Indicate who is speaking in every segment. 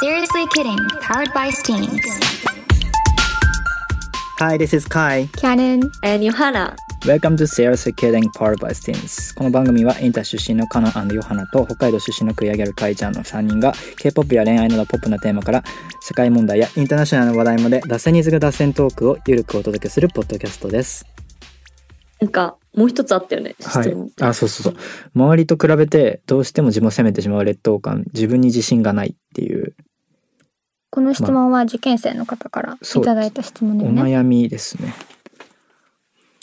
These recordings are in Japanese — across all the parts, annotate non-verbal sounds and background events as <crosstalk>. Speaker 1: Seriously Kidding, powered by Steams.
Speaker 2: Hi, this is Kai.
Speaker 1: Canon.
Speaker 3: えー、ニュハラ。
Speaker 2: Welcome to Seriously Kidding Powered by Steams. この番組はインタ出身のカノンヨハナと北海道出身のクイアギャルカイちゃんの3人が K-POP や恋愛などポップなテーマから社会問題やインターナショナルの話題まで脱線に次ぐ脱線トークをゆるくお届けするポッドキャストです。
Speaker 3: なんか、もう一つあったよね、質
Speaker 2: はい
Speaker 3: 問。。
Speaker 2: あ、そうそうそう。周りと比べてどうしても自分を責めてしまう劣等感、自分に自信がないっていう
Speaker 4: この質問は受験生の方からいただいた質問だ
Speaker 2: お
Speaker 4: よね。
Speaker 2: 悩みですね。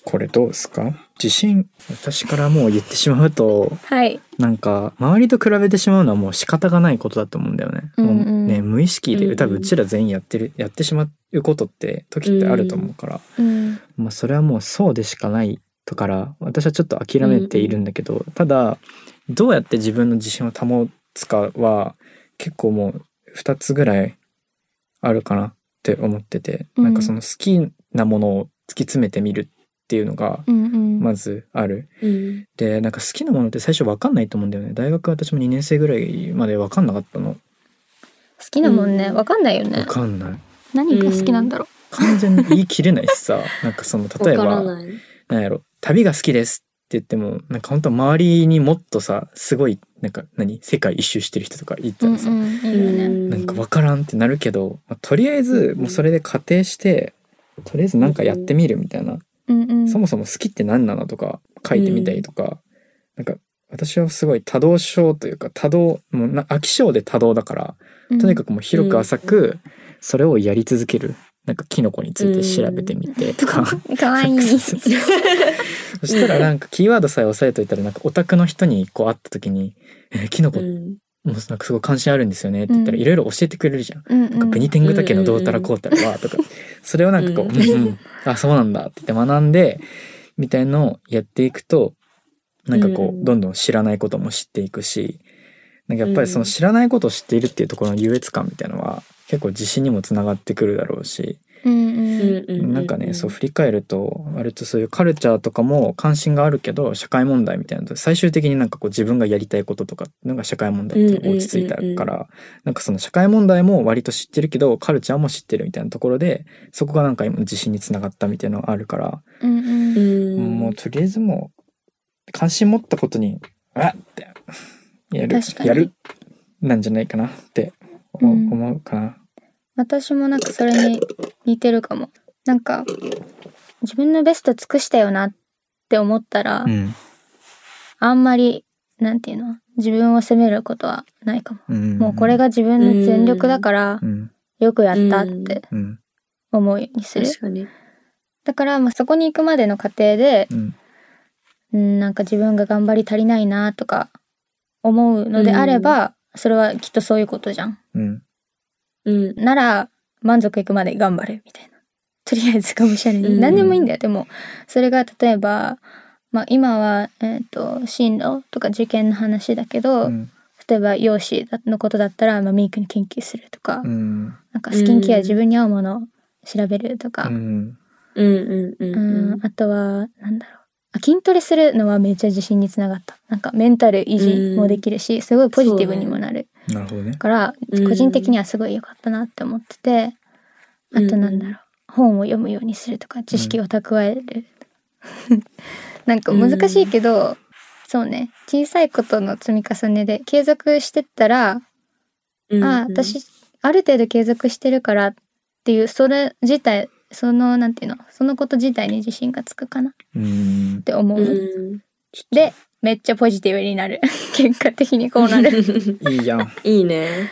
Speaker 2: これどうですか自信、私からもう言ってしまうと、
Speaker 4: はい。
Speaker 2: なんか周りと比べてしまうのはもう仕方がないことだと思うんだよね。
Speaker 4: うんうん
Speaker 2: もうね無意識で、
Speaker 3: うんうん
Speaker 2: 多分うちら全員やってるやってしまうことって時ってあると思うから、
Speaker 4: うん。
Speaker 2: まあそれはもうそうでしかないとから私はちょっと諦めているんだけど、ただどうやって自分の自信を保つかは結構もう2つぐらいあるかなって思ってて、
Speaker 4: うん
Speaker 2: なんかその好きなものを突き詰めてみるっていうのが
Speaker 4: うんうん。
Speaker 2: まずある。
Speaker 3: うん。
Speaker 2: でなんか好きなものって最初分かんないと思うんだよね大学私も2年生ぐらいまで分かんなかったの
Speaker 4: 好きなもんね。
Speaker 3: うん
Speaker 4: わかんないよ
Speaker 2: 分
Speaker 4: ね。
Speaker 2: かんない
Speaker 4: 何が好きなんだろ
Speaker 2: 完全に言い切れないしさなんかその
Speaker 3: わ
Speaker 2: 例え
Speaker 3: から
Speaker 2: ば
Speaker 3: ない。
Speaker 2: なんやろ旅が好きですって言ってもなんか本当周りにもっとさすごいなんか何世界一周してる人とかいた
Speaker 4: う。うん
Speaker 2: らさ、
Speaker 4: うん。いいよね。
Speaker 2: なんか分からんってなるけど、まあとりあえずもうそれで仮定してとりあえずなんかやってみるみたいな
Speaker 4: うんうん。
Speaker 2: そもそも好きって何なのとか書いてみたりとか、なんか私はすごい多動症というか多動もうな飽き性で多動だから
Speaker 4: と
Speaker 2: と
Speaker 4: <laughs>
Speaker 2: にかくもう広く浅くそれをやり続けるなんかキノコについて調べてみ
Speaker 4: <laughs>
Speaker 2: てとか、
Speaker 4: く。か
Speaker 2: <laughs>
Speaker 4: わいい。
Speaker 2: そうそうそうそしたらなんかキーワードさえ押さえといたらなんかオタクの人にこう会った時に「えーキノコ
Speaker 3: う
Speaker 2: も
Speaker 3: ん。
Speaker 2: うなんかすごい関心あるんですよね」って言ったら
Speaker 4: うん
Speaker 2: いろいろ教えてくれるじゃん。
Speaker 4: うん
Speaker 2: なん
Speaker 4: う
Speaker 2: か
Speaker 4: ん。
Speaker 2: ベニテングタケのどうたらこうたらはとか、それをなんかこう、
Speaker 3: う
Speaker 2: うんんうん、あ、そうなんだって言って学んで、みたいのをやっていくと、なんかこ
Speaker 3: う
Speaker 2: う、
Speaker 3: ん
Speaker 2: どんどん知らないことも知っていくし、なんかやっぱりその
Speaker 3: うん
Speaker 2: 知らないことを知っているっていうところの優越感みたいのは、結構自信にもつながってくるだろうし、
Speaker 4: うんう
Speaker 3: う
Speaker 4: ん。
Speaker 3: ん。う
Speaker 2: なんかね、そう振り返ると、割とそういうカルチャーとかも関心があるけど、社会問題みたいなのと、最終的になんかこう自分がやりたいこととか、なんか社会問題って落ち着いた
Speaker 3: うんうん
Speaker 2: か
Speaker 3: うん
Speaker 2: ら、なんかその社会問題も割と知ってるけど、カルチャーも知ってるみたいなところで、そこがなんか今自信につながったみたいなのあるから、
Speaker 4: うんうん。
Speaker 3: うん。
Speaker 2: もうとりあえずもう、関心持ったことに、あっって、やる
Speaker 4: 確か、に
Speaker 2: やる、なんじゃないかなって思
Speaker 4: う
Speaker 2: う
Speaker 4: ん
Speaker 2: 思うかな。
Speaker 4: 私もなんかそれに似てるかも。なんか自分のベスト尽くしたよなって思ったら、
Speaker 2: うん。
Speaker 4: あんまりなんていうの自分を責めることはないかも。
Speaker 2: うん
Speaker 4: もうこれ、が自分の全力だから
Speaker 2: うん、
Speaker 4: よくやったって
Speaker 2: うん、
Speaker 4: 思うようにする。
Speaker 3: 確かに。
Speaker 4: だからまあそこに行くまでの過程で、
Speaker 2: うん、
Speaker 4: うん、なんか自分が頑張り足りないなとか思うのであれば、それはきっとそういうことじゃん。
Speaker 2: うん。
Speaker 3: うん。
Speaker 4: なら満足いくまで頑張るみたいな。とりあえずがむしゃら
Speaker 3: うん
Speaker 4: に何でもいいんだよでもそれが例えば、まあ、今は、えー、と進路とか受験の話だけど、
Speaker 2: うん
Speaker 4: 例えば容姿のことだったら、まあ、メイクに研究するとか、
Speaker 2: うん
Speaker 4: なんかスキンケア
Speaker 3: うん
Speaker 4: 自分に合うものを調べるとか、
Speaker 2: うん
Speaker 3: うん。うん。うん。
Speaker 4: うん、あとは、なんだろう。あ筋トレするのはめっちゃ自信につながった。なんかメンタル維持もできるし、すごいポジティブにもなる
Speaker 2: なるほどね。
Speaker 4: から、
Speaker 3: うん
Speaker 4: 個人的にはすごい良かったなって思ってて、あとなんだろう。本を読むようにするとか、知識を蓄える。 <laughs> なんか難しいけど、そうね。小さいことの積み重ねで継続してったら、
Speaker 3: うん。
Speaker 4: あ私ある程度継続してるからっていうそれ自体そのなんていうのそのこと自体に自信がつくかなっ
Speaker 2: うん。
Speaker 4: て思う、
Speaker 3: うん。
Speaker 4: でめっちゃポジティブになる <laughs> 結果的にこうなる
Speaker 2: いいやん。
Speaker 3: <laughs> いいね。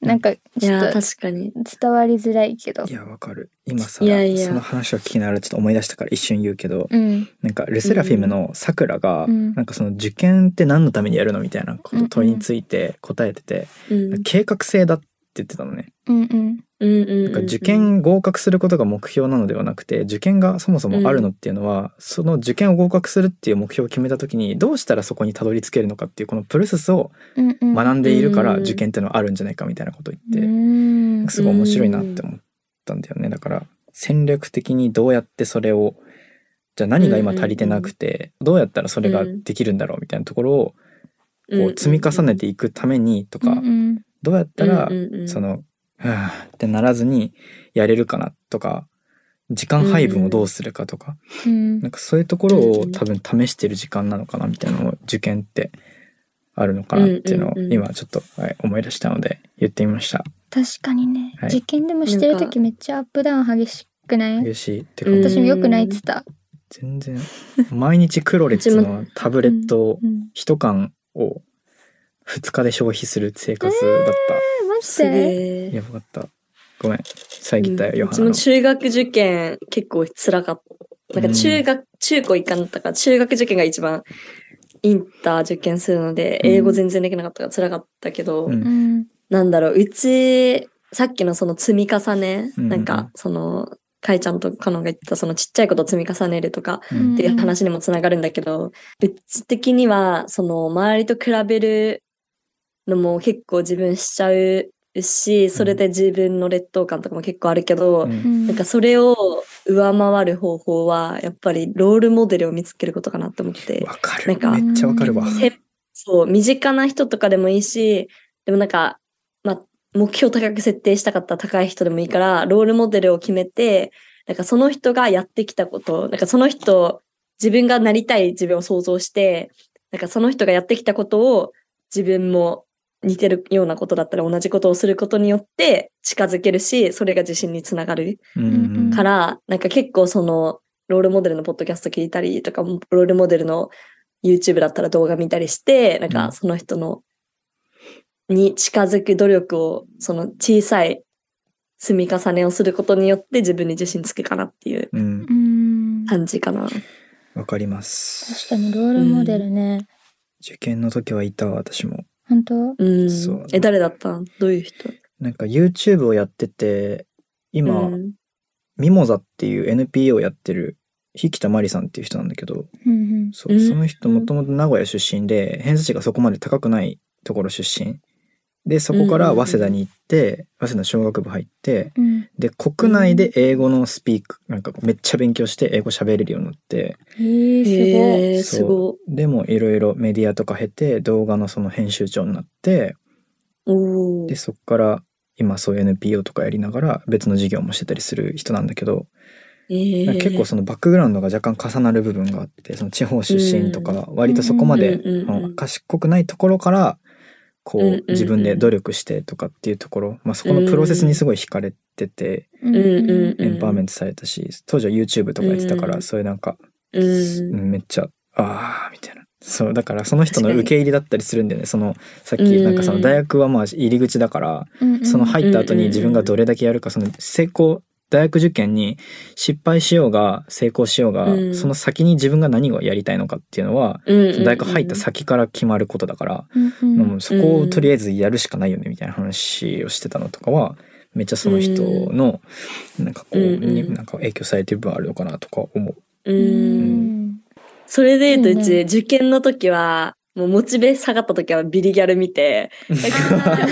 Speaker 4: なんか
Speaker 3: い
Speaker 4: ちょ
Speaker 3: や、
Speaker 4: っと
Speaker 3: 確かに。
Speaker 4: 伝わりづらいけど
Speaker 2: いや、わかる。今さ、
Speaker 3: いやいや
Speaker 2: その話を聞きながらちょっと思い出したから一瞬言うけど、
Speaker 4: うん
Speaker 2: なんか、ルセラフィムのさくらが、
Speaker 4: うん
Speaker 2: なんかその受験って何のためにやるのみたいなこと問いについて答えてて、
Speaker 3: うん。
Speaker 2: 計画性だって言ってたのね。
Speaker 4: うんうん
Speaker 3: うん。うん。
Speaker 2: なんか受験合格することが目標なのではなくて、受験がそもそもあるのっていうのは、その受験を合格するっていう目標を決めた時に、どうしたらそこにたどり着けるのかっていう、このプロセスを
Speaker 4: うんうん
Speaker 2: 学んでいるから
Speaker 3: うん
Speaker 2: 受験ってのはあるんじゃないかみたいなことを言って、
Speaker 4: うん
Speaker 2: すごい面白いなって思ったんだよね。だから戦略的にどうやってそれをじゃあ何が今足りてなくて、どうやったらそれができるんだろうみたいなところをこう積み重ねていくためにとか、
Speaker 4: うん
Speaker 2: どうやったら、
Speaker 3: うんうんうん
Speaker 2: その「はあ」ってならずにやれるかなとか時間配分をどうするかとか、
Speaker 4: うん
Speaker 2: なんかそういうところ
Speaker 3: うんう
Speaker 2: を
Speaker 3: ん
Speaker 2: 多分試してる時間なのかなみたいなのを受験ってあるのかなっていうのを
Speaker 3: うんうんうん
Speaker 2: 今ちょっとはい思い出したので言ってみました
Speaker 4: 確かにね、
Speaker 2: はい
Speaker 4: 受験でもしてる
Speaker 3: なん
Speaker 4: 時めっちゃアップダウン激しくない
Speaker 2: 嬉しいってか、
Speaker 3: うん
Speaker 4: 私もよくないっつった、
Speaker 2: 全然毎日クロレッ
Speaker 3: <laughs>
Speaker 2: ツのタブレットを
Speaker 4: うん、
Speaker 2: 一缶を2日で消費する生活だっ
Speaker 4: えマジ
Speaker 3: すげ
Speaker 4: で
Speaker 2: た、
Speaker 3: え。
Speaker 2: やばかったごめん遮ったよ、
Speaker 3: うん
Speaker 2: ヨ
Speaker 3: う
Speaker 2: ハ
Speaker 3: ち
Speaker 2: ナ
Speaker 3: も
Speaker 2: の
Speaker 3: 中学受験結構辛かった。なんか中学、中高一貫だったから、中学受験が一番インター受験するので、
Speaker 2: うん
Speaker 3: 英語全然できなかったから辛かったけど、
Speaker 2: うん
Speaker 4: うん
Speaker 3: なんだろう、うち、さっきのその積み重ね、
Speaker 2: うん
Speaker 3: なんかその、かいちゃんとかのんが言ってたそのちっちゃいことを積み重ねるとか
Speaker 2: うん
Speaker 3: っていう話にもつながるんだけど、うち的にはその周りと比べるのも結構自分しちゃうし、それで自分の劣等感とかも結構あるけど、
Speaker 2: うん
Speaker 4: うん
Speaker 3: なんかそれを上回る方法はやっぱりロールモデルを見つけることかなって思って
Speaker 2: わかる
Speaker 3: なんか
Speaker 2: めっちゃわかるわ
Speaker 4: う
Speaker 3: せそう身近な人とかでもいいしでもなんか、まあ、目標高く設定したかったら高い人でもいいからロールモデルを決めてなんかその人がやってきたことなんかその人自分がなりたい自分を想像してなんかその人がやってきたことを自分も似てるようなことだったら同じことをすることによって近づけるしそれが自信につながる
Speaker 2: うん
Speaker 4: うん
Speaker 3: から、なんか結構その、ロールモデルのポッドキャスト聞いたりとか、ロールモデルの YouTube だったら動画見たりして、
Speaker 2: う
Speaker 3: なん
Speaker 2: ん
Speaker 3: かその人の、に近づく努力を、その小さい積み重ねをすることによって自分に自信つくかなっていう
Speaker 2: うん
Speaker 4: うん
Speaker 3: 感じかな。
Speaker 2: わかります
Speaker 4: 確かにロールモデルね、
Speaker 2: 受験の時はいたわ私も
Speaker 4: 本当
Speaker 3: うん。
Speaker 2: そう
Speaker 3: え、誰だったんどういう人
Speaker 2: なんか YouTube をやってて今、
Speaker 3: うん
Speaker 2: ミモザっていう NPO をやってる日北真理さんっていう人なんだけど
Speaker 4: うん
Speaker 2: そう
Speaker 3: うん
Speaker 2: その人もともと名古屋出身で偏差値がそこまで高くないところ出身でそこから早稲田に行って早稲田の小学部入って
Speaker 4: うんうん
Speaker 2: で国内で英語のスピークなんかめっちゃ勉強して英語喋れるようになって
Speaker 4: えー、すごい
Speaker 3: へえ、
Speaker 2: そう
Speaker 3: すごい。
Speaker 2: でもいろいろメディアとか経て動画のその編集長になって
Speaker 3: おー
Speaker 2: でそこから今そういう NPO とかやりながら別の授業もしてたりする人なんだけど
Speaker 3: えー
Speaker 2: 結構そのバックグラウンドが若干重なる部分があってその地方出身とか割とそこまで
Speaker 3: うんうんうんうん
Speaker 2: あの賢くないところからこ
Speaker 3: うんうん
Speaker 2: うん
Speaker 3: う
Speaker 2: 自分で努力してとかっていうところ、まあ、そこのプロセスにすごい惹かれてて
Speaker 4: うん
Speaker 3: うんうん
Speaker 2: エンパワーメントされたし当時は YouTube とかやってたか
Speaker 3: う
Speaker 2: ら
Speaker 3: ん
Speaker 2: そういうなんかう
Speaker 3: う。
Speaker 2: んんめっちゃああみたいなそうだからその人の
Speaker 3: 確かに
Speaker 2: 受け入れだったりするんだよねそのさっき
Speaker 3: うん
Speaker 2: なんかその大学はまあ入り口だから
Speaker 4: うんうん
Speaker 2: その入った後
Speaker 3: うんうんうん
Speaker 2: に自分がどれだけやるかその成功大学受験に失敗しようが成功しようが、
Speaker 3: うん
Speaker 2: その先に自分が何をやりたいのかっていうのは、
Speaker 3: うん
Speaker 2: 大学入った先から決まることだから、
Speaker 4: うんうん
Speaker 2: もうそこをとりあえずやるしかないよねみたいな話をしてたのとかはめっちゃその人のなんかこう、
Speaker 3: うんうん
Speaker 2: になんか影響されてる部分あるのかなとか思う。
Speaker 3: う。
Speaker 4: うんん
Speaker 3: それで言うと、
Speaker 4: いういね
Speaker 3: ち、受験の時は、もうモチベ下がった時はビリギャル見て、 <laughs>
Speaker 4: <laughs>
Speaker 3: なんかなんか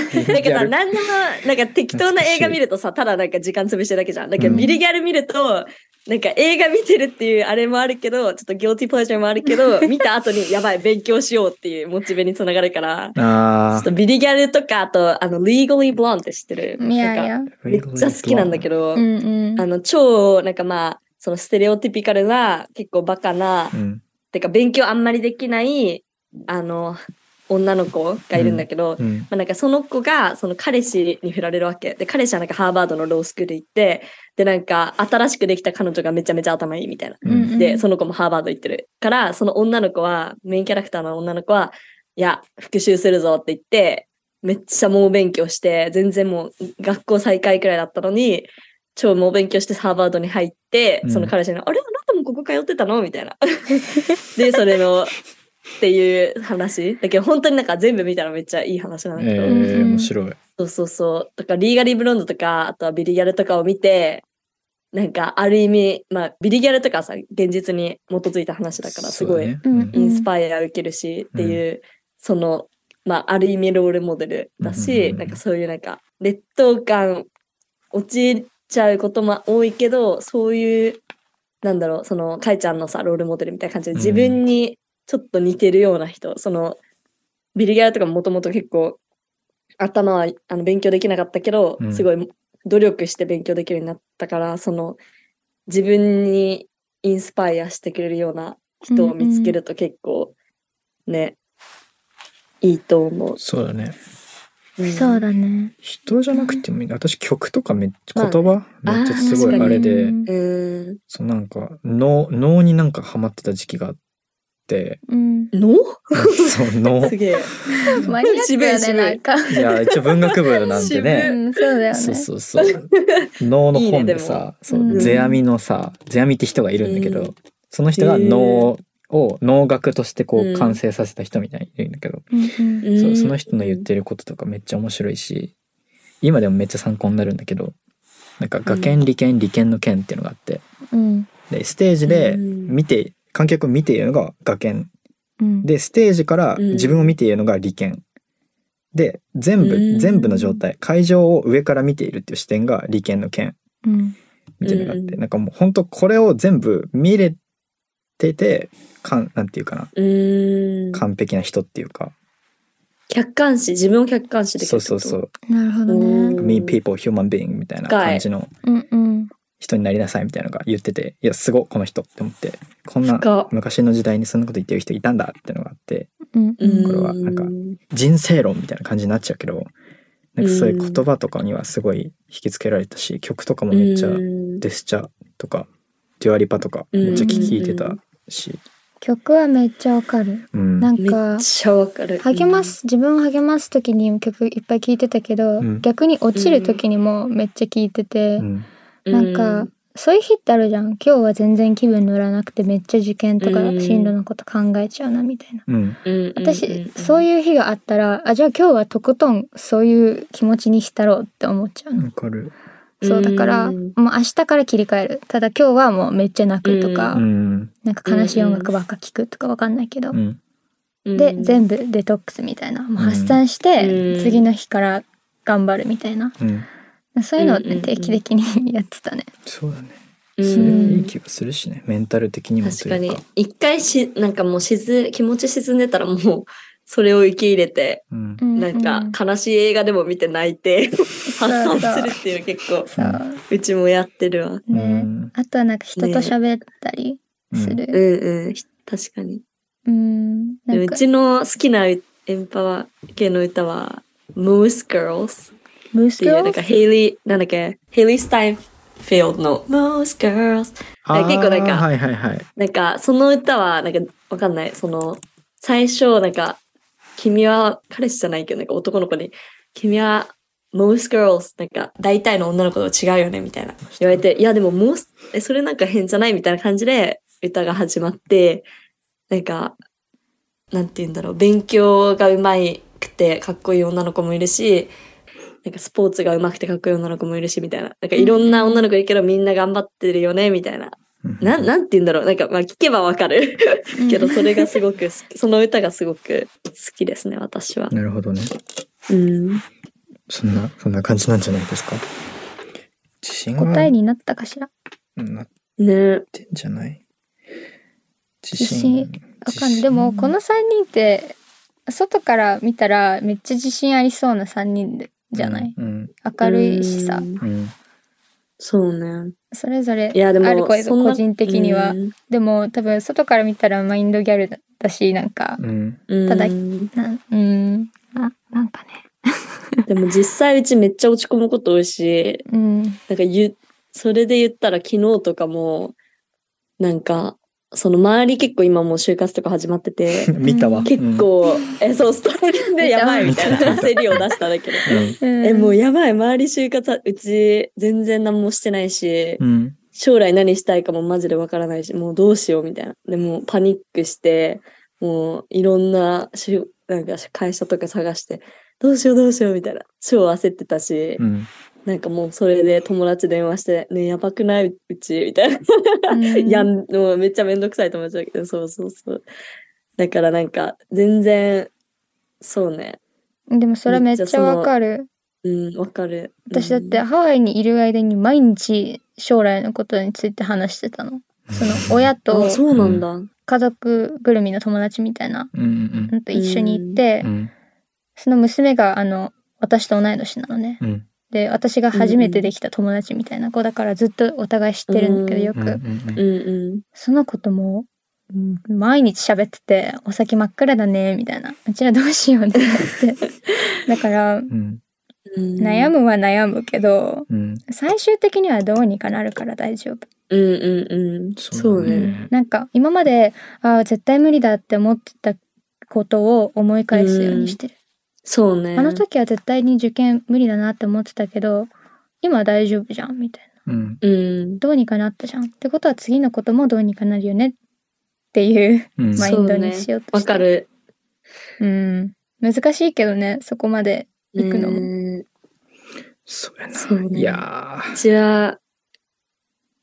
Speaker 3: さ、何でも、なんか適当な映画見るとさ、ただなんか時間潰してるだけじゃん。だけ
Speaker 2: う
Speaker 3: ど
Speaker 2: ん
Speaker 3: ビリギャル見ると、なんか映画見てるっていうあれもあるけど、ちょっとギョーティーポジションもある
Speaker 4: <laughs>
Speaker 3: けど、見た後にやばい、勉強しようっていうモチベにつながるから、ちょ
Speaker 2: あ
Speaker 3: っとビリギャルとか、あと、あの、Legally Blonde って知ってる
Speaker 4: いやい
Speaker 3: なんか
Speaker 4: や
Speaker 3: めっちゃ好きなんだけ
Speaker 2: ど。
Speaker 3: ど、
Speaker 4: うんうん
Speaker 3: あの、超、なんかまあ、そのステレオティピカルな、結構バカな
Speaker 2: う、ん
Speaker 3: てか勉強あんまりできないあの女の子がいるんだけど、
Speaker 2: うん
Speaker 3: まあ、なんかその子がその彼氏に振られるわけで彼氏はなんかハーバードのロースクール行ってでなんか新しくできた彼女がめちゃめちゃ頭いいみたいな。
Speaker 2: うん
Speaker 4: うん
Speaker 3: でその子もハーバード行ってるからその女の子はメインキャラクターの女の子はいや復習するぞって言ってめっちゃ猛勉強して全然もう学校最下位くらいだったのに超猛勉強してハーバードに入って
Speaker 2: うん
Speaker 3: その彼氏に「あれあなたもここ通ってたの?」みたいな。 <laughs> でそれのっていう話だけど本当になんか全部見たらめっちゃいい話なんだけど、
Speaker 2: えー面白い。
Speaker 3: そうそうそう。とから、リーガリーブロンドとか、あとはビリギャルとかを見て、なんか、ある意味、まあ、ビリギャルとかさ、現実に基づいた話だから、す
Speaker 2: そうだ
Speaker 3: ごい
Speaker 2: ね
Speaker 4: うん
Speaker 2: うん
Speaker 3: インスパイア受けるし、っていう、その、まあ、ある意味ロールモデルだし、
Speaker 2: うんうんうん
Speaker 3: なんかそういうなんか、劣等感、陥っちゃうことも多いけど、そういう、なんだろう、その、かいちゃんのさ、ロールモデルみたいな感じで、
Speaker 2: うん
Speaker 3: 自分にちょっと似てるような人、その、ビリギャルとかもともと結構頭はあの勉強できなかったけど、
Speaker 2: うん
Speaker 3: すごい努力して勉強できるようになったからその自分にインスパイアしてくれるような人を見つけると結構ね、いいと思う。
Speaker 2: そうだね
Speaker 3: うん
Speaker 4: そうだね。
Speaker 2: 人じゃなくてもいい私曲とかめっちゃ
Speaker 3: まあね
Speaker 2: 言葉めっちゃすごい
Speaker 3: あー
Speaker 2: あれで
Speaker 4: うん
Speaker 3: うん。
Speaker 2: そうなんか脳脳になんかハマってた時期があ
Speaker 3: <laughs>
Speaker 2: って
Speaker 4: うん。
Speaker 3: の
Speaker 2: そう脳
Speaker 3: すげえ。
Speaker 4: マニアックだ
Speaker 3: 渋
Speaker 4: ね、
Speaker 3: い
Speaker 4: なんか。
Speaker 2: いや一応文学部なんでね
Speaker 4: うん、そうだよね。
Speaker 2: そうそう
Speaker 3: <laughs>
Speaker 2: そう。能の本でさ、そううん世阿弥のさ、世阿弥って人がいるんだけど、
Speaker 3: うん
Speaker 2: その人が
Speaker 3: へー
Speaker 2: 能を能楽としてこ
Speaker 3: う
Speaker 2: うん完成させた人みたいにいるんだけど、
Speaker 4: うんうん
Speaker 3: うん
Speaker 2: そうその人の言ってることとかめっちゃ面白いし、今でもめっちゃ参考になるんだけど、なんか画剣理剣理剣の剣っていうのがあって、
Speaker 4: うん。
Speaker 2: でステージで
Speaker 3: うん
Speaker 2: 見て観客を見ているのが画剣
Speaker 4: うん。
Speaker 2: でステージから
Speaker 3: うん
Speaker 2: 自分を見ているのが利権で全部、
Speaker 3: うん
Speaker 2: 全部の状態会場を上から見ているっていう視点が利権の権
Speaker 4: うん。
Speaker 2: みたいなのがあって、
Speaker 3: うん
Speaker 2: なんかもう本当これを全部見れててかんなんていうかな
Speaker 3: うん。
Speaker 2: 完璧な人っていうか、
Speaker 3: 客観視、自分を客観視でき
Speaker 2: そ
Speaker 3: る。
Speaker 2: うそうそうう
Speaker 4: なるほどね。
Speaker 2: 「me people human being」みたいな
Speaker 3: 深い
Speaker 2: 感じの
Speaker 4: うんうん。
Speaker 2: 人になりなさいみたいなのが言ってていやすごいこの人って思ってこんな
Speaker 3: 深っ
Speaker 2: 昔の時代にそんなこと言ってる人いたんだっていうのがあって
Speaker 4: うん
Speaker 3: うん
Speaker 2: これはなんか人生論みたいな感じになっちゃうけどなんかそういう言葉とかにはすごい引きつけられたし曲とかもめっちゃ
Speaker 3: うん
Speaker 2: デスチャとかデュアリパとかめっちゃ聴いてたし、
Speaker 4: 曲はめっちゃわかる。
Speaker 2: うん
Speaker 4: なん
Speaker 3: め
Speaker 4: か
Speaker 3: っ。ちゃわかる。
Speaker 4: 励ます自分を励ます時に曲いっぱい聴いてたけど、
Speaker 2: うん
Speaker 4: 逆に落ちる時にもめっちゃ聴いてて
Speaker 2: う、ん
Speaker 3: う。
Speaker 4: なんか、そういう日ってあるじゃん今日は全然気分乗らなくてめっちゃ受験とか
Speaker 3: うん
Speaker 4: 進路のこと考えちゃうなみたいな、
Speaker 2: うん
Speaker 3: うん、
Speaker 4: 私、そう
Speaker 3: い
Speaker 4: いう日があったらあじゃあ今日はとことんそういう気持ちに浸ろうって思っちゃうの、
Speaker 2: わかる、
Speaker 4: そうだから、
Speaker 3: うん
Speaker 4: もう明日から切り替えるただ今日はもうめっちゃ泣くとか、
Speaker 2: うん
Speaker 4: なんか悲しい音楽ばっか聴くとかわかんないけど、
Speaker 2: うん、
Speaker 3: うん。
Speaker 4: で全部デトックスみたいなもう発散し
Speaker 3: う
Speaker 4: て
Speaker 3: ん
Speaker 4: 次の日から頑張るみたいな
Speaker 2: うん、
Speaker 4: そういうのを
Speaker 3: うんうん
Speaker 4: ね
Speaker 3: うん
Speaker 4: 定期的にやってたね。
Speaker 2: そうだね
Speaker 3: 部
Speaker 2: それ
Speaker 4: うん
Speaker 2: いい気がするしねメンタル的にもと
Speaker 3: 確か
Speaker 2: いう
Speaker 3: に
Speaker 2: か
Speaker 3: 一回しなんかもう沈気持ち沈んでたらもうそれを受け入れて、
Speaker 2: うん
Speaker 3: なんか悲しい映画でも見て泣いて発散するっていうの結構
Speaker 4: そうそう
Speaker 3: うちもやってるわ。
Speaker 2: う
Speaker 4: ね、
Speaker 2: ん
Speaker 4: あとはなんか人と喋ったり
Speaker 2: うん
Speaker 4: す
Speaker 3: う
Speaker 4: る。
Speaker 3: んうん確かに。
Speaker 4: うん、な
Speaker 3: でも
Speaker 4: ん
Speaker 3: う
Speaker 4: か
Speaker 3: ちの好きなエンパワー系の歌は Moose Girls っ
Speaker 4: ブース
Speaker 3: ていう
Speaker 4: ト
Speaker 3: なんかヘイリーなんだっけヘイリー・スタインフィールドの Moose Girls
Speaker 2: あー
Speaker 3: 結構なんか
Speaker 2: はいはいはい
Speaker 3: なんかその歌はなんかわかんないその最初なんか君は彼氏じゃないけどなんか男の子に君は most girls なんか大体の女の子と違うよねみたいな言われていやでも most えそれなんか変じゃないみたいな感じで歌が始まってなんかなんて言うんだろう勉強がうまくてかっこいい女の子もいるしなんかスポーツがうまくてかっこいい女の子もいるしみたいななんかいろんな女の子いるけどみんな頑張ってるよねみたいな
Speaker 2: うん
Speaker 3: なん、なんて言うんだろう。なんか、まあ、聞けばわかる。けど、それがすごく好
Speaker 4: <laughs>
Speaker 3: き、その歌がすごく好きですね、私は。
Speaker 2: なるほどね
Speaker 3: うん。
Speaker 2: そんなそんな感じなんじゃないですか自信は
Speaker 4: 答えになったかしら。
Speaker 2: うんなっ
Speaker 3: ね
Speaker 2: てんじゃない自
Speaker 4: 自信わかんない。でもこの三人って外から見たらめっちゃ自信ありそうな三人でじゃない。
Speaker 2: うん
Speaker 4: 明るいしさ
Speaker 3: う。ん
Speaker 2: うんうん
Speaker 3: そうね。
Speaker 4: それぞれ
Speaker 3: いや、でも、
Speaker 4: ある声が
Speaker 3: そんな
Speaker 4: 個人的には
Speaker 3: う。ん
Speaker 4: でも多分外から見たらマインドギャルだしなんか、
Speaker 2: うん
Speaker 3: うん
Speaker 4: ただ
Speaker 3: で
Speaker 4: なんうんななんかね
Speaker 3: も実際うちめっちゃ落ち込むこと多いし、
Speaker 4: うん
Speaker 3: なんか言う、それで言ったら昨日とかも、なんか、その周り結構今もう就活とか始まってて、
Speaker 4: <laughs>
Speaker 2: 見たわ
Speaker 3: 結構、え、そう、ストレスでやばいみたいな
Speaker 2: 見た
Speaker 3: 焦りを出しただけで。
Speaker 2: うん
Speaker 4: え
Speaker 3: え、もうやばい、周り就活、うち全然何もしてないし、
Speaker 2: うん
Speaker 3: 将来何したいかもマジでわからないし、もうどうしようみたいな。でもうパニックして、もういろんなしゅ、なんか会社とか探して、どうしようどうしようみたいな。超焦ってたし、
Speaker 2: うん
Speaker 3: なんかもうそれで友達電話して、ね、やばくないうちみたいな。いやん、もうめっちゃめんどくさいと思っちゃうけど、そうそうそう。だからなんか、全然、そうね。
Speaker 4: でもそれめっちゃわかる
Speaker 3: うん、わかる。
Speaker 4: 私だっ
Speaker 3: う
Speaker 4: て
Speaker 3: ん、
Speaker 4: ハワイにいる間に毎日将来のことについて話してたのその親と
Speaker 3: あそうなんだ。
Speaker 4: 家族ぐるみの友達みたいな
Speaker 2: うんうん
Speaker 4: のと一緒に行って
Speaker 2: うん
Speaker 4: その娘があの私と同い年なのね。
Speaker 2: うん
Speaker 4: で私が初めてできた友達みたいな子だからずっとお互い知ってるんだけどよ
Speaker 2: う
Speaker 4: く、
Speaker 2: んうん
Speaker 3: うんう
Speaker 4: その子ともうん毎日喋ってて「お先真っ暗だね」みたいな「うちはどうしようね」ってだから
Speaker 2: うん
Speaker 3: んうん。
Speaker 4: 悩むは悩むけど
Speaker 2: うん
Speaker 4: 最終的にはどうにかなるから大丈夫
Speaker 3: うんうんうん。そうね。
Speaker 4: なんか今までああ絶対無理だって思ってたことを思い返すようにしてる、
Speaker 3: そうね。
Speaker 4: あの時は絶対に受験無理だなって思ってたけど今は大丈夫じゃんみたいな
Speaker 2: うん
Speaker 3: うん。
Speaker 4: どうにかなったじゃんってことは次のこともどうにかなるよねっていう
Speaker 2: うん
Speaker 4: マインドにしようと
Speaker 3: わ
Speaker 4: して
Speaker 3: か
Speaker 4: るう
Speaker 3: る。
Speaker 4: ん難しいけどねそこまで行くのも
Speaker 3: ね
Speaker 2: そうや
Speaker 3: そう
Speaker 2: な。
Speaker 3: ね
Speaker 2: いや
Speaker 3: うちは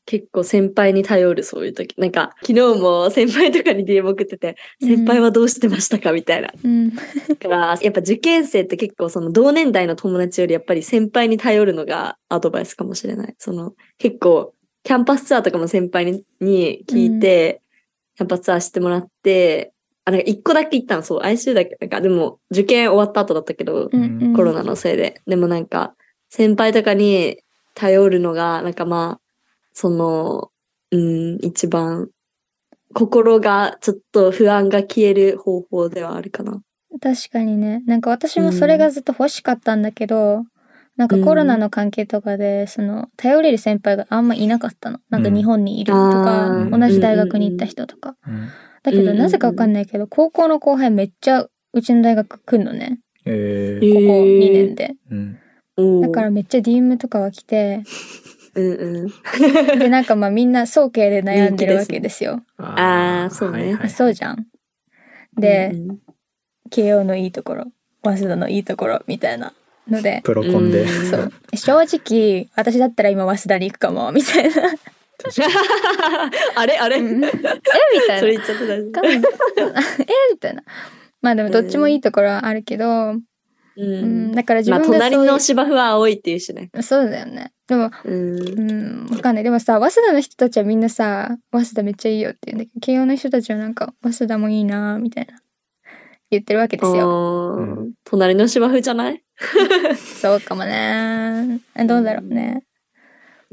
Speaker 3: 結構先輩に頼るそういう時なんか昨日も先輩とかに DM 送ってて「
Speaker 4: うん
Speaker 3: 先輩はどうしてましたか?」みたいな。
Speaker 4: うん
Speaker 3: だからやっぱ受験生って結構その同年代の友達よりやっぱり先輩に頼るのがアドバイスかもしれない。その結構キャンパスツアーとかも先輩にに聞いて、キャンパスツアーしてもらってあなんか1個だけ行ったのそう ICU だけなんかでも受験終わった後だったけど、
Speaker 4: うんうん
Speaker 3: コロナのせいで。でもなんか、先輩とかに頼るのが、なんかまあ、その、うん、一番、心がちょっと不安が消える方法ではあるかな。
Speaker 4: 確かにねなんか私もそれがずっと欲しかったんだけど、なんかコロナの関係とかでその頼れる先輩があんまいなかったのなんか
Speaker 2: うん
Speaker 4: 日本にいるとか、
Speaker 2: あー
Speaker 4: 同じ大学に行った人とか、
Speaker 2: ーうん
Speaker 4: だけ
Speaker 3: うんうん
Speaker 4: ど
Speaker 3: うん
Speaker 4: なぜかわかんないけど高校の後輩めっちゃうちの大学来るのね
Speaker 2: え
Speaker 3: え
Speaker 2: ー
Speaker 4: ここ2年で、
Speaker 2: うん
Speaker 3: おー
Speaker 4: だからめっちゃ DM とかが来て
Speaker 3: うんうん。
Speaker 4: でなんかまあみんな早慶で悩んでるわけですよ
Speaker 2: あ
Speaker 3: あーそうね
Speaker 2: はいはい
Speaker 4: そうじゃんで、
Speaker 3: うんうん、
Speaker 4: 慶応のいいところ早稲田のいいところみたいなので
Speaker 2: プロコンで。
Speaker 3: うん
Speaker 4: そう <laughs> 正直私だったら今早稲田に行くかもみたいな
Speaker 3: あれあれ、
Speaker 4: えみた
Speaker 3: それ
Speaker 4: い
Speaker 3: 言っちゃって大丈
Speaker 4: な <laughs> えみたいなまあでもどっちもいいところはあるけど、うん
Speaker 3: 夫。うん。
Speaker 4: だから自
Speaker 3: まあ、
Speaker 4: 分がそういう、
Speaker 3: 隣の芝生は青いっていうしね。
Speaker 4: そうだよねでも
Speaker 3: うん
Speaker 4: う。んわかんないでもさ早稲田の人たちはみんなさ早稲田めっちゃいいよって言うんだけど慶応の人たちはなんか早稲田もいいなみたいな言ってるわけですよ
Speaker 3: あー
Speaker 2: う
Speaker 3: 隣の芝生じゃない
Speaker 4: そうかもねどうだろうね、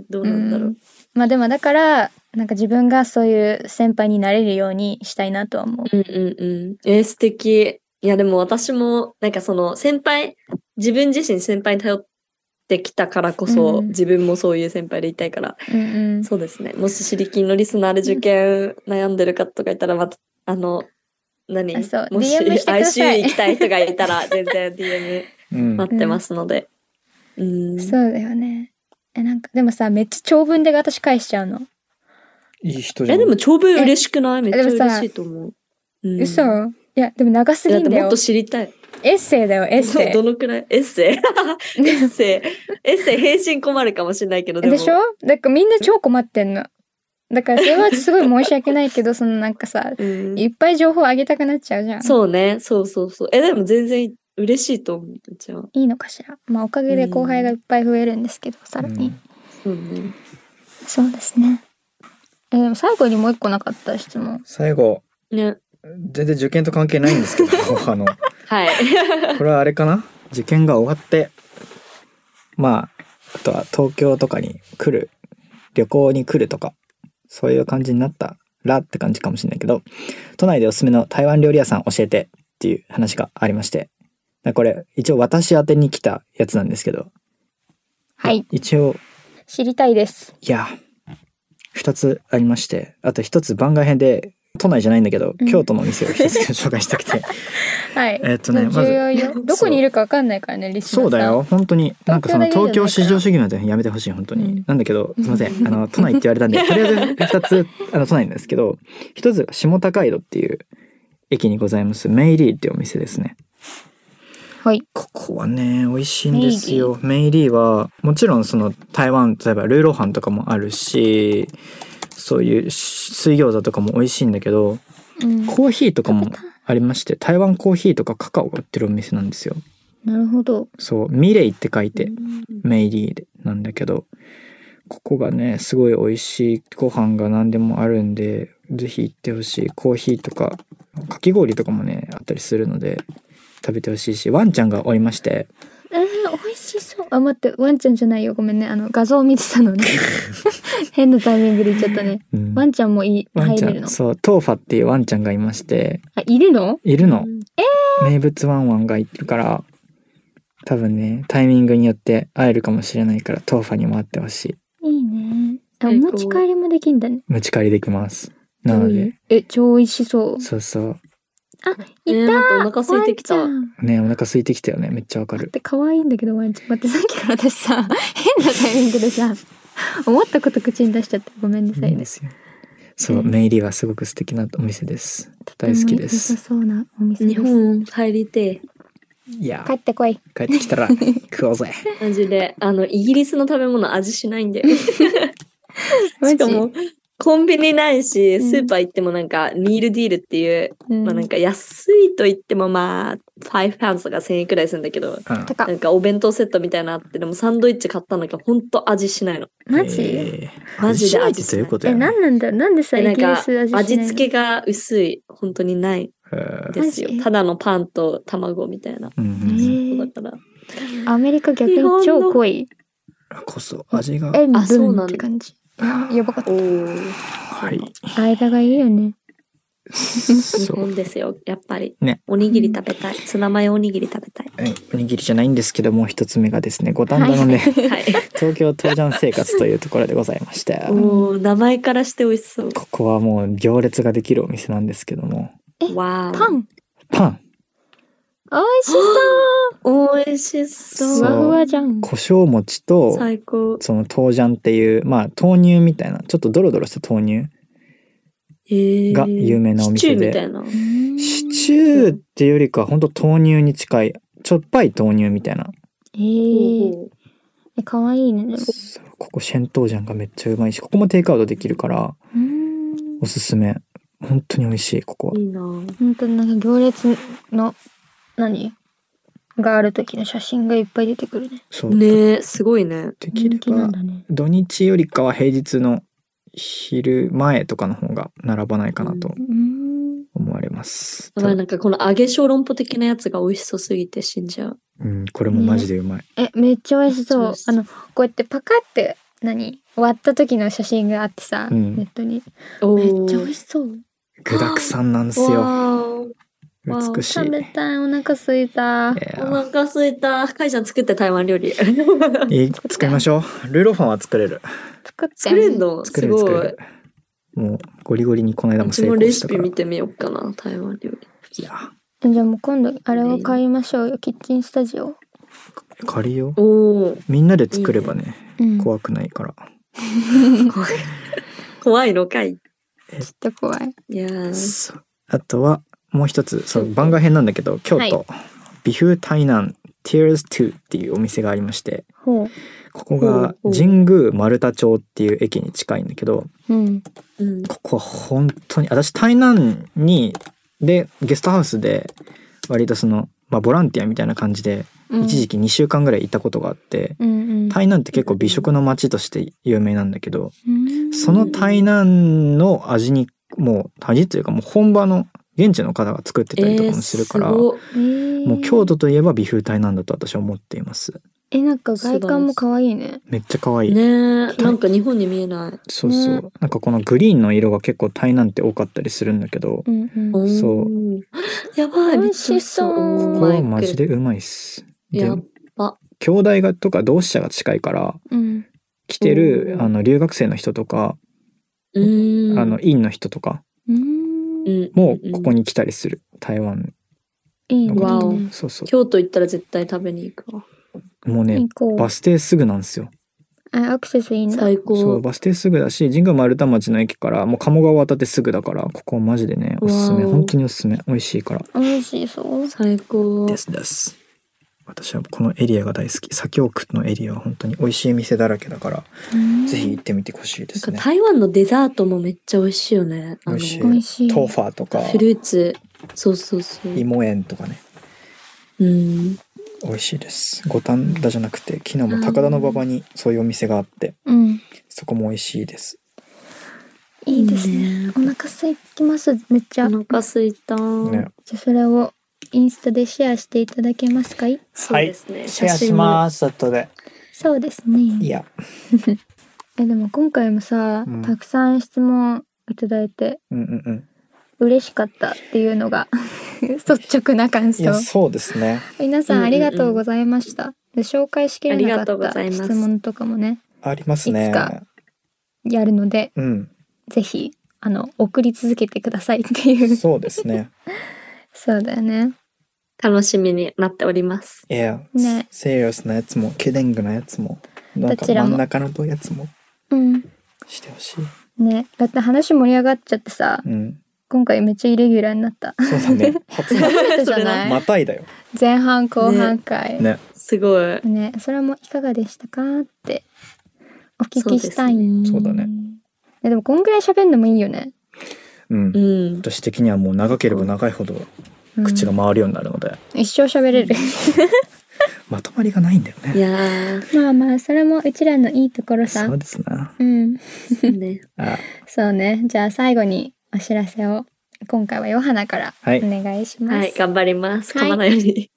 Speaker 3: どうなんだろ
Speaker 4: う。
Speaker 3: うん
Speaker 4: まあでもだからなんか自分がそういう先輩になれるようにしたいなとは思う
Speaker 3: うんうんうん。えー素敵。いや、でも私も、なんかその先輩、自分自身先輩に頼ってきたからこそ、
Speaker 4: うん
Speaker 3: 自分もそういう先輩でいたいから、
Speaker 4: うんうん
Speaker 3: そうですね。もし知り金のリスナーで受験悩んでる方とかいたら、また、あの、何
Speaker 4: あそう
Speaker 3: もし
Speaker 4: DM してくださ
Speaker 3: ICU
Speaker 4: い
Speaker 3: 行きたい人がいたら、全然
Speaker 4: <laughs>
Speaker 3: DM
Speaker 2: うん
Speaker 3: 待ってますので。うん。
Speaker 4: そうだよねえなんかでもさめっちゃ長文で私返しちゃうの、
Speaker 2: いい人じゃ
Speaker 3: え、
Speaker 2: ん。
Speaker 3: でも長文嬉しくないめっちゃ
Speaker 4: でもさ
Speaker 3: 嬉しいと思う。うん
Speaker 4: 嘘
Speaker 3: だ
Speaker 4: いやでも長すぎ
Speaker 3: っ
Speaker 4: ん
Speaker 3: て
Speaker 4: だ
Speaker 3: もっ
Speaker 4: よ
Speaker 3: と知りたい。
Speaker 4: エッセイだよエッセイ
Speaker 3: <laughs> どのくらいエッセイ
Speaker 4: <laughs>
Speaker 3: エッセイエッセイ返信困るかもしれないけどでも
Speaker 4: でしょだからみんな超困ってんのだからそれはすごい申し訳ないけどそのなんかさ
Speaker 3: うん
Speaker 4: いっぱい情報あげたくなっちゃうじゃん
Speaker 3: そうねそうそうそうえでも全然嬉しいと思うじゃあ
Speaker 4: いいのかしらまあおかげで後輩がいっぱい増えるんですけどさらに、
Speaker 2: うん
Speaker 3: そうね
Speaker 4: そうですねえでも最後にもう一個なかった質問
Speaker 2: 最後、
Speaker 3: ね
Speaker 2: 全然受験と関係ないんですけど、 <laughs> あの、
Speaker 3: はい
Speaker 2: これはあれかな受験が終わって、まあ、あとは東京とかに来る、旅行に来るとか、そういう感じになったらって感じかもしれないけど、都内でおすすめの台湾料理屋さん教えてっていう話がありまして、だからこれ一応私宛てに来たやつなんですけど、
Speaker 4: はい
Speaker 2: 一応
Speaker 4: 知りたいです
Speaker 2: いや、二つありまして、あと一つ番外編で、都内じゃないんだけど、
Speaker 4: うん
Speaker 2: 京都のお店を一つ紹介したく
Speaker 4: <laughs>
Speaker 2: て。
Speaker 4: はい
Speaker 2: えっとねまず
Speaker 4: 重要
Speaker 2: <laughs>
Speaker 4: よどこにいるかわかんないからねリスナ
Speaker 2: そ
Speaker 4: ーさん
Speaker 2: うだよ、本当に。なんかその
Speaker 4: 東
Speaker 2: 東
Speaker 4: 京だ
Speaker 2: 京
Speaker 4: けじゃないから
Speaker 2: 市場主義なんてやめてほしい、本当に。
Speaker 4: うん
Speaker 2: なんだけど、すいま
Speaker 4: <laughs>
Speaker 2: せん。あの、都内って言われたんで、とりあえず二つ、あの、都内なんですけど、一つが下高井戸っていう駅にございます、メイリーっていうお店ですね。
Speaker 4: はい
Speaker 2: ここはね美味しいんですよメイリーはもちろんその台湾例えばルーローハンとかもあるしそういうし水餃子とかも美味しいんだけど
Speaker 4: うん
Speaker 2: コーヒーとかもありまして台湾コーヒーとかカカオが売ってるお店なんですよ
Speaker 4: なるほど
Speaker 2: そうミレイって書い
Speaker 3: <laughs>
Speaker 2: てメイリーでなんだけどここがねすごい美味しいご飯が何でもあるんでぜひ行ってほしいコーヒーとかかき氷とかもねあったりするので食べてほしいしワンちゃんがおりまして
Speaker 4: うん美味しそうあ待ってワンちゃんじゃないよごめんねあの画像を見てた
Speaker 2: <laughs>
Speaker 4: のね変なタイミングで言っちゃったね
Speaker 2: うん
Speaker 4: ワンちゃんもいい
Speaker 2: ワン
Speaker 4: 入
Speaker 2: ちゃ
Speaker 4: れるの
Speaker 2: んそうトーファっていうワンちゃんがいまして
Speaker 4: あいるの
Speaker 2: いるの、
Speaker 4: え
Speaker 2: 名物ワンワンがいるから多分ねタイミングによって会えるかもしれないからトーファにも会ってほしい
Speaker 4: いいねあお
Speaker 3: 最高
Speaker 4: 持ち帰りもできんだね
Speaker 2: 持ち帰りできますなの
Speaker 4: う
Speaker 2: で
Speaker 4: ん、え超美味しそう
Speaker 2: そうそう
Speaker 4: いた、
Speaker 3: えー待ってお腹空いてきた
Speaker 4: ワンちゃん
Speaker 2: ねお腹空いてきたよねめっちゃわか
Speaker 4: 待っ
Speaker 2: る
Speaker 4: て可愛いんだけどワンちゃん待ってさっきから私さ変なタイミングでさ思ったこと口に出しちゃってごめんないさ
Speaker 2: い
Speaker 4: い
Speaker 2: んで
Speaker 4: ね
Speaker 2: すよそうメイリーはすごく素敵なお店です大好きで
Speaker 4: 良
Speaker 2: す
Speaker 4: さそうなお店で
Speaker 3: 日
Speaker 4: す
Speaker 3: 本入りてえ
Speaker 2: いや
Speaker 4: 帰ってこい
Speaker 2: 帰ってきたら食おうぜ
Speaker 3: マジであのイギリスの食べ物味しないんだよ
Speaker 4: <laughs> マジ
Speaker 3: しかもコンビニないし
Speaker 4: うん
Speaker 3: スーパー行ってもなんかミールディールっていう、
Speaker 4: うん
Speaker 3: まあなんか安いと言ってもまあ5パウンドとか1000円くらいするんだけど
Speaker 2: うん
Speaker 4: 高
Speaker 3: なんかお弁当セットみたいなのあってでもサンドイッチ買ったんだけどほんと味しないの
Speaker 4: マジ、
Speaker 2: えー
Speaker 3: マジ
Speaker 2: 味
Speaker 3: で
Speaker 2: しないってどういうこと
Speaker 4: え
Speaker 2: やね
Speaker 4: なんなんだろうなんでさ
Speaker 3: で
Speaker 4: イ
Speaker 3: なん
Speaker 4: ギリ
Speaker 3: か
Speaker 4: ス味しない
Speaker 3: 味
Speaker 4: の
Speaker 3: 付けが薄い本当にない
Speaker 2: えー
Speaker 3: ですよ
Speaker 4: マジ
Speaker 3: ただのパンと卵みたいな
Speaker 2: うんうん
Speaker 4: ね
Speaker 3: そうだから
Speaker 4: アメリカ逆に
Speaker 3: 日本の
Speaker 4: 超濃い
Speaker 2: こそ味が
Speaker 4: 塩
Speaker 3: あそう
Speaker 4: 分
Speaker 3: なんだ
Speaker 4: って感じややばかっ
Speaker 3: おー
Speaker 2: はい
Speaker 4: た間がいいよね
Speaker 3: 日
Speaker 2: そう
Speaker 3: 本ですよやっぱり、
Speaker 2: ね
Speaker 3: おにぎり食べたいツナマヨおにぎり食べ
Speaker 2: <laughs>
Speaker 3: たい
Speaker 2: はいおにぎりじゃないんですけどもう一つ目がですね五反田のね、
Speaker 3: はい
Speaker 2: 東京東山生活というところでございまして
Speaker 3: おー名前からして美味しそう
Speaker 2: ここはもう行列ができるお店なんですけども
Speaker 4: え
Speaker 3: わー
Speaker 4: パン
Speaker 2: パン
Speaker 4: 美味しそう
Speaker 3: 美味しそう
Speaker 4: ふわふわじゃん
Speaker 2: 胡椒餅と
Speaker 3: 最高
Speaker 2: その豆醤っていうまあ豆乳みたいなちょっとドロドロした豆乳
Speaker 3: えー
Speaker 2: が有名なお店で
Speaker 3: シチューみたいな
Speaker 2: シチューっていうよりか本当豆乳に近いちょっぱい豆乳みたいな
Speaker 4: えー、え可愛いねでも
Speaker 2: そうここシェントージャンがめっちゃうまいしここもテイクアウトできるから
Speaker 4: うーん
Speaker 2: おすすめ本当に美味しいここはい
Speaker 3: いなぁ
Speaker 4: 本当になんか行列の何がある時の写真がいっぱい出てくるね
Speaker 2: そう、
Speaker 3: ねえすごいね
Speaker 2: でき
Speaker 4: 人
Speaker 2: れ
Speaker 4: 気な
Speaker 2: ば
Speaker 4: んだね
Speaker 2: 土日よりかは平日の昼前とかの方が並ばないかなと
Speaker 4: うーん
Speaker 2: 思われます、
Speaker 3: やばいなんかこの揚げ小籠包的なやつが美味しそうすぎて死んじゃう
Speaker 2: うん、これもマジでうまい、
Speaker 4: えめっちゃ美味しそ
Speaker 3: め
Speaker 4: う
Speaker 3: っち
Speaker 4: あ
Speaker 3: ゃ美
Speaker 4: のこうやってパカって何割った時の写真があってさ、
Speaker 2: うん
Speaker 4: ネットに
Speaker 3: お
Speaker 4: めっ
Speaker 3: ー
Speaker 4: ちゃ美味しそう
Speaker 2: 具沢山なんですよ
Speaker 3: わーわあ
Speaker 2: 美しい
Speaker 4: 食べたいお腹すいた
Speaker 2: いや
Speaker 3: お腹すいた。かいちゃん作って台湾料
Speaker 2: <laughs>
Speaker 3: 理。 <laughs>
Speaker 2: ーいい作りましょうルーロファンは作れる
Speaker 4: 作って
Speaker 3: 作れんの
Speaker 2: 作
Speaker 3: す
Speaker 2: れる
Speaker 3: ご
Speaker 2: 作れ
Speaker 3: い
Speaker 2: る。もうゴリゴリにこの間
Speaker 3: う
Speaker 2: も
Speaker 3: ち
Speaker 2: 成
Speaker 3: も
Speaker 2: 功
Speaker 3: レ
Speaker 2: し
Speaker 3: シ
Speaker 2: た
Speaker 3: ピ
Speaker 2: から
Speaker 3: 見てみようかな、台湾料理。
Speaker 2: いや
Speaker 4: じゃあもう今度あれを買いましょうよキッチンスタジオ、
Speaker 2: 借りよう
Speaker 3: おお。
Speaker 2: みんなで作ればね
Speaker 4: うん、ちょっ
Speaker 2: 怖くないから
Speaker 3: 怖いのかい。
Speaker 4: と怖い
Speaker 3: いやー。
Speaker 2: そうあとはもう一つそう番外編なんだけど京都、美風台南 Tears 2っていうお店がありまして
Speaker 4: ほ
Speaker 2: ここが
Speaker 3: ほうほう
Speaker 2: 神宮丸太町っていう駅に近いんだけど
Speaker 4: ううん
Speaker 3: うん。
Speaker 2: ここは本当に私台南にでゲストハウスで割とその、まあ、ボランティアみたいな感じで
Speaker 4: うん
Speaker 2: 一時期2週間ぐらいいたことがあって、
Speaker 4: うんうん
Speaker 2: 台南って結構美食の街として有名なんだけど
Speaker 4: うん
Speaker 2: その台南の味にもう味というかもう本場の現地の方が作ってたりとかもするから、
Speaker 3: えーごっ
Speaker 4: えー
Speaker 2: もう京都といえば美風台南だと私は思っています
Speaker 4: えなんか外観も可愛いね
Speaker 2: めっちゃ可愛い、
Speaker 3: ねえ、なんか日本に見えない。
Speaker 2: そうそう、
Speaker 4: ね
Speaker 2: なんかこのグリーンの色が結構台南って多かったりするんだけど、
Speaker 4: うんうん
Speaker 3: おー
Speaker 2: そう。
Speaker 3: やばい、
Speaker 4: 美味しそう
Speaker 2: ここはマジでうまいっすで
Speaker 3: やっば
Speaker 2: 兄弟がとか同志社が近いから
Speaker 4: うん
Speaker 2: 来てる
Speaker 3: うん
Speaker 2: あの留学生の人とか、
Speaker 3: うーん。
Speaker 2: あの、院の人とか
Speaker 4: うん
Speaker 3: うん、
Speaker 2: もここ
Speaker 3: に。
Speaker 2: に来たりする台湾
Speaker 4: いいね
Speaker 3: わお
Speaker 4: いいね
Speaker 2: そうそう
Speaker 3: 京都行ったら絶対食べに行くわ。
Speaker 2: もうね
Speaker 4: 行こ
Speaker 2: バ
Speaker 4: う
Speaker 2: ス停すぐなんですよ
Speaker 4: あアクセスいいんだ
Speaker 3: 最
Speaker 2: そう
Speaker 3: 高。
Speaker 2: バス停すぐだし神宮丸太町の駅からもう鴨川渡ってすぐだからここはマジでねおすすめ
Speaker 3: わお
Speaker 2: 本当におすすめ美味しいから
Speaker 4: 美味しそう
Speaker 3: 最高。
Speaker 2: すです私はこのエリアが大好き左京区のエリアは本当に美味しい店だらけだから、ぜひ行ってみてほしいで
Speaker 3: なん
Speaker 2: す
Speaker 3: か
Speaker 2: ね
Speaker 3: 台湾のデザートもめっちゃ美味しいよね。
Speaker 2: 美
Speaker 3: あの
Speaker 2: 味しい
Speaker 4: 美味しい
Speaker 2: トーファーとか
Speaker 3: フルーツ。そうそうそう。
Speaker 2: 芋園とかね
Speaker 3: うん。
Speaker 2: 美味しいです五反田じゃなくて昨日も高田の馬場にそういうお店があって
Speaker 4: うん
Speaker 2: そこも美味しいです
Speaker 4: いいですね
Speaker 3: ね
Speaker 4: お腹空いてきますめっち
Speaker 3: お
Speaker 4: ゃ
Speaker 3: 腹すいた。
Speaker 2: ね
Speaker 4: じゃあそれをインスタでシェアしていただけますかい
Speaker 3: そうですね。
Speaker 2: シェアします後で
Speaker 4: そうです
Speaker 2: い
Speaker 4: ね
Speaker 2: や
Speaker 4: えでも今回もさ、
Speaker 2: うん
Speaker 4: たくさん質問いただいて
Speaker 2: うんうんうん
Speaker 4: 嬉しかったっていうのが <laughs> 率直な感
Speaker 2: いや
Speaker 4: 想
Speaker 2: そうですね
Speaker 4: 皆さんありがとうございました、で紹介しきれな
Speaker 3: ありがと
Speaker 4: か
Speaker 3: う
Speaker 4: っ
Speaker 3: ござい
Speaker 4: た
Speaker 3: ます
Speaker 4: 質問とかもね
Speaker 2: あります
Speaker 4: い
Speaker 2: ね
Speaker 4: つかやるので
Speaker 2: うん
Speaker 4: ぜひあの送り続けてくださいっていう <laughs>
Speaker 2: そうですね
Speaker 4: そうだよね
Speaker 3: 楽しみになっております。
Speaker 2: いや、
Speaker 4: ね
Speaker 2: セリオスなやつもキデングなやつもなんか
Speaker 4: どちら
Speaker 2: 真
Speaker 4: も
Speaker 2: ん中のやつも
Speaker 4: うん
Speaker 2: してほしい
Speaker 4: ねだって話盛り上がっちゃってさ <laughs>
Speaker 2: うん
Speaker 4: 今回めっちゃイレギュラーになった
Speaker 2: そうだね初の
Speaker 4: 初め
Speaker 2: <laughs>
Speaker 4: てじゃない、
Speaker 2: またいだよ
Speaker 4: 前半後半回ね
Speaker 2: ね
Speaker 3: すごい。
Speaker 4: それもいかがでしたかってお聞きしたい
Speaker 2: そうですねそうだね
Speaker 4: ねでもこんぐらい喋んのもいいよね、
Speaker 2: うん
Speaker 3: うん。
Speaker 2: 私的にはもう長ければ長いほど
Speaker 4: うん
Speaker 2: 口が回るようになるので
Speaker 4: 一生喋れる
Speaker 2: まとまりがないんだよ
Speaker 3: い
Speaker 2: ね
Speaker 3: や
Speaker 4: <laughs>
Speaker 3: ー、
Speaker 4: まあまあそれもうちらのいいところさ
Speaker 2: そうですね
Speaker 4: うん
Speaker 3: ね、
Speaker 2: あ
Speaker 4: そうねじゃあ最後にお知らせを今回はヨハナから
Speaker 2: はい
Speaker 4: お願いします、
Speaker 3: はい、頑張ります。
Speaker 4: は
Speaker 3: 噛
Speaker 4: い
Speaker 3: まないように。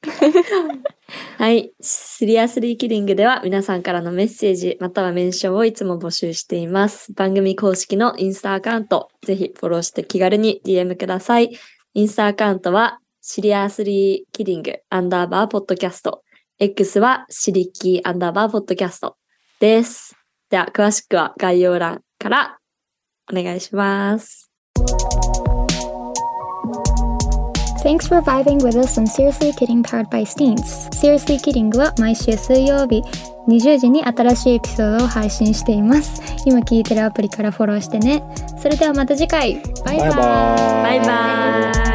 Speaker 3: はい、シリアスリーキリングでは皆さんからのメッセージまたはメンションをいつも募集しています。番組公式のインスタアカウント、ぜひフォローして気軽に DM ください。インスタアカウントはシリアスリーキリングアンダーバーポッドキャスト。X はシリキアンダーバーポッドキャストです。では、詳しくは概要欄からお願いします。
Speaker 4: Thanks for vibing with us on Seriously Kidding Powered by Steens. Seriously Kidding は毎週水曜日20時に新しいエピソードを配信しています。今聞いてるアプリからフォローしてね。それではまた次回。バイバイ。
Speaker 2: バイバーイ
Speaker 3: バイバーイ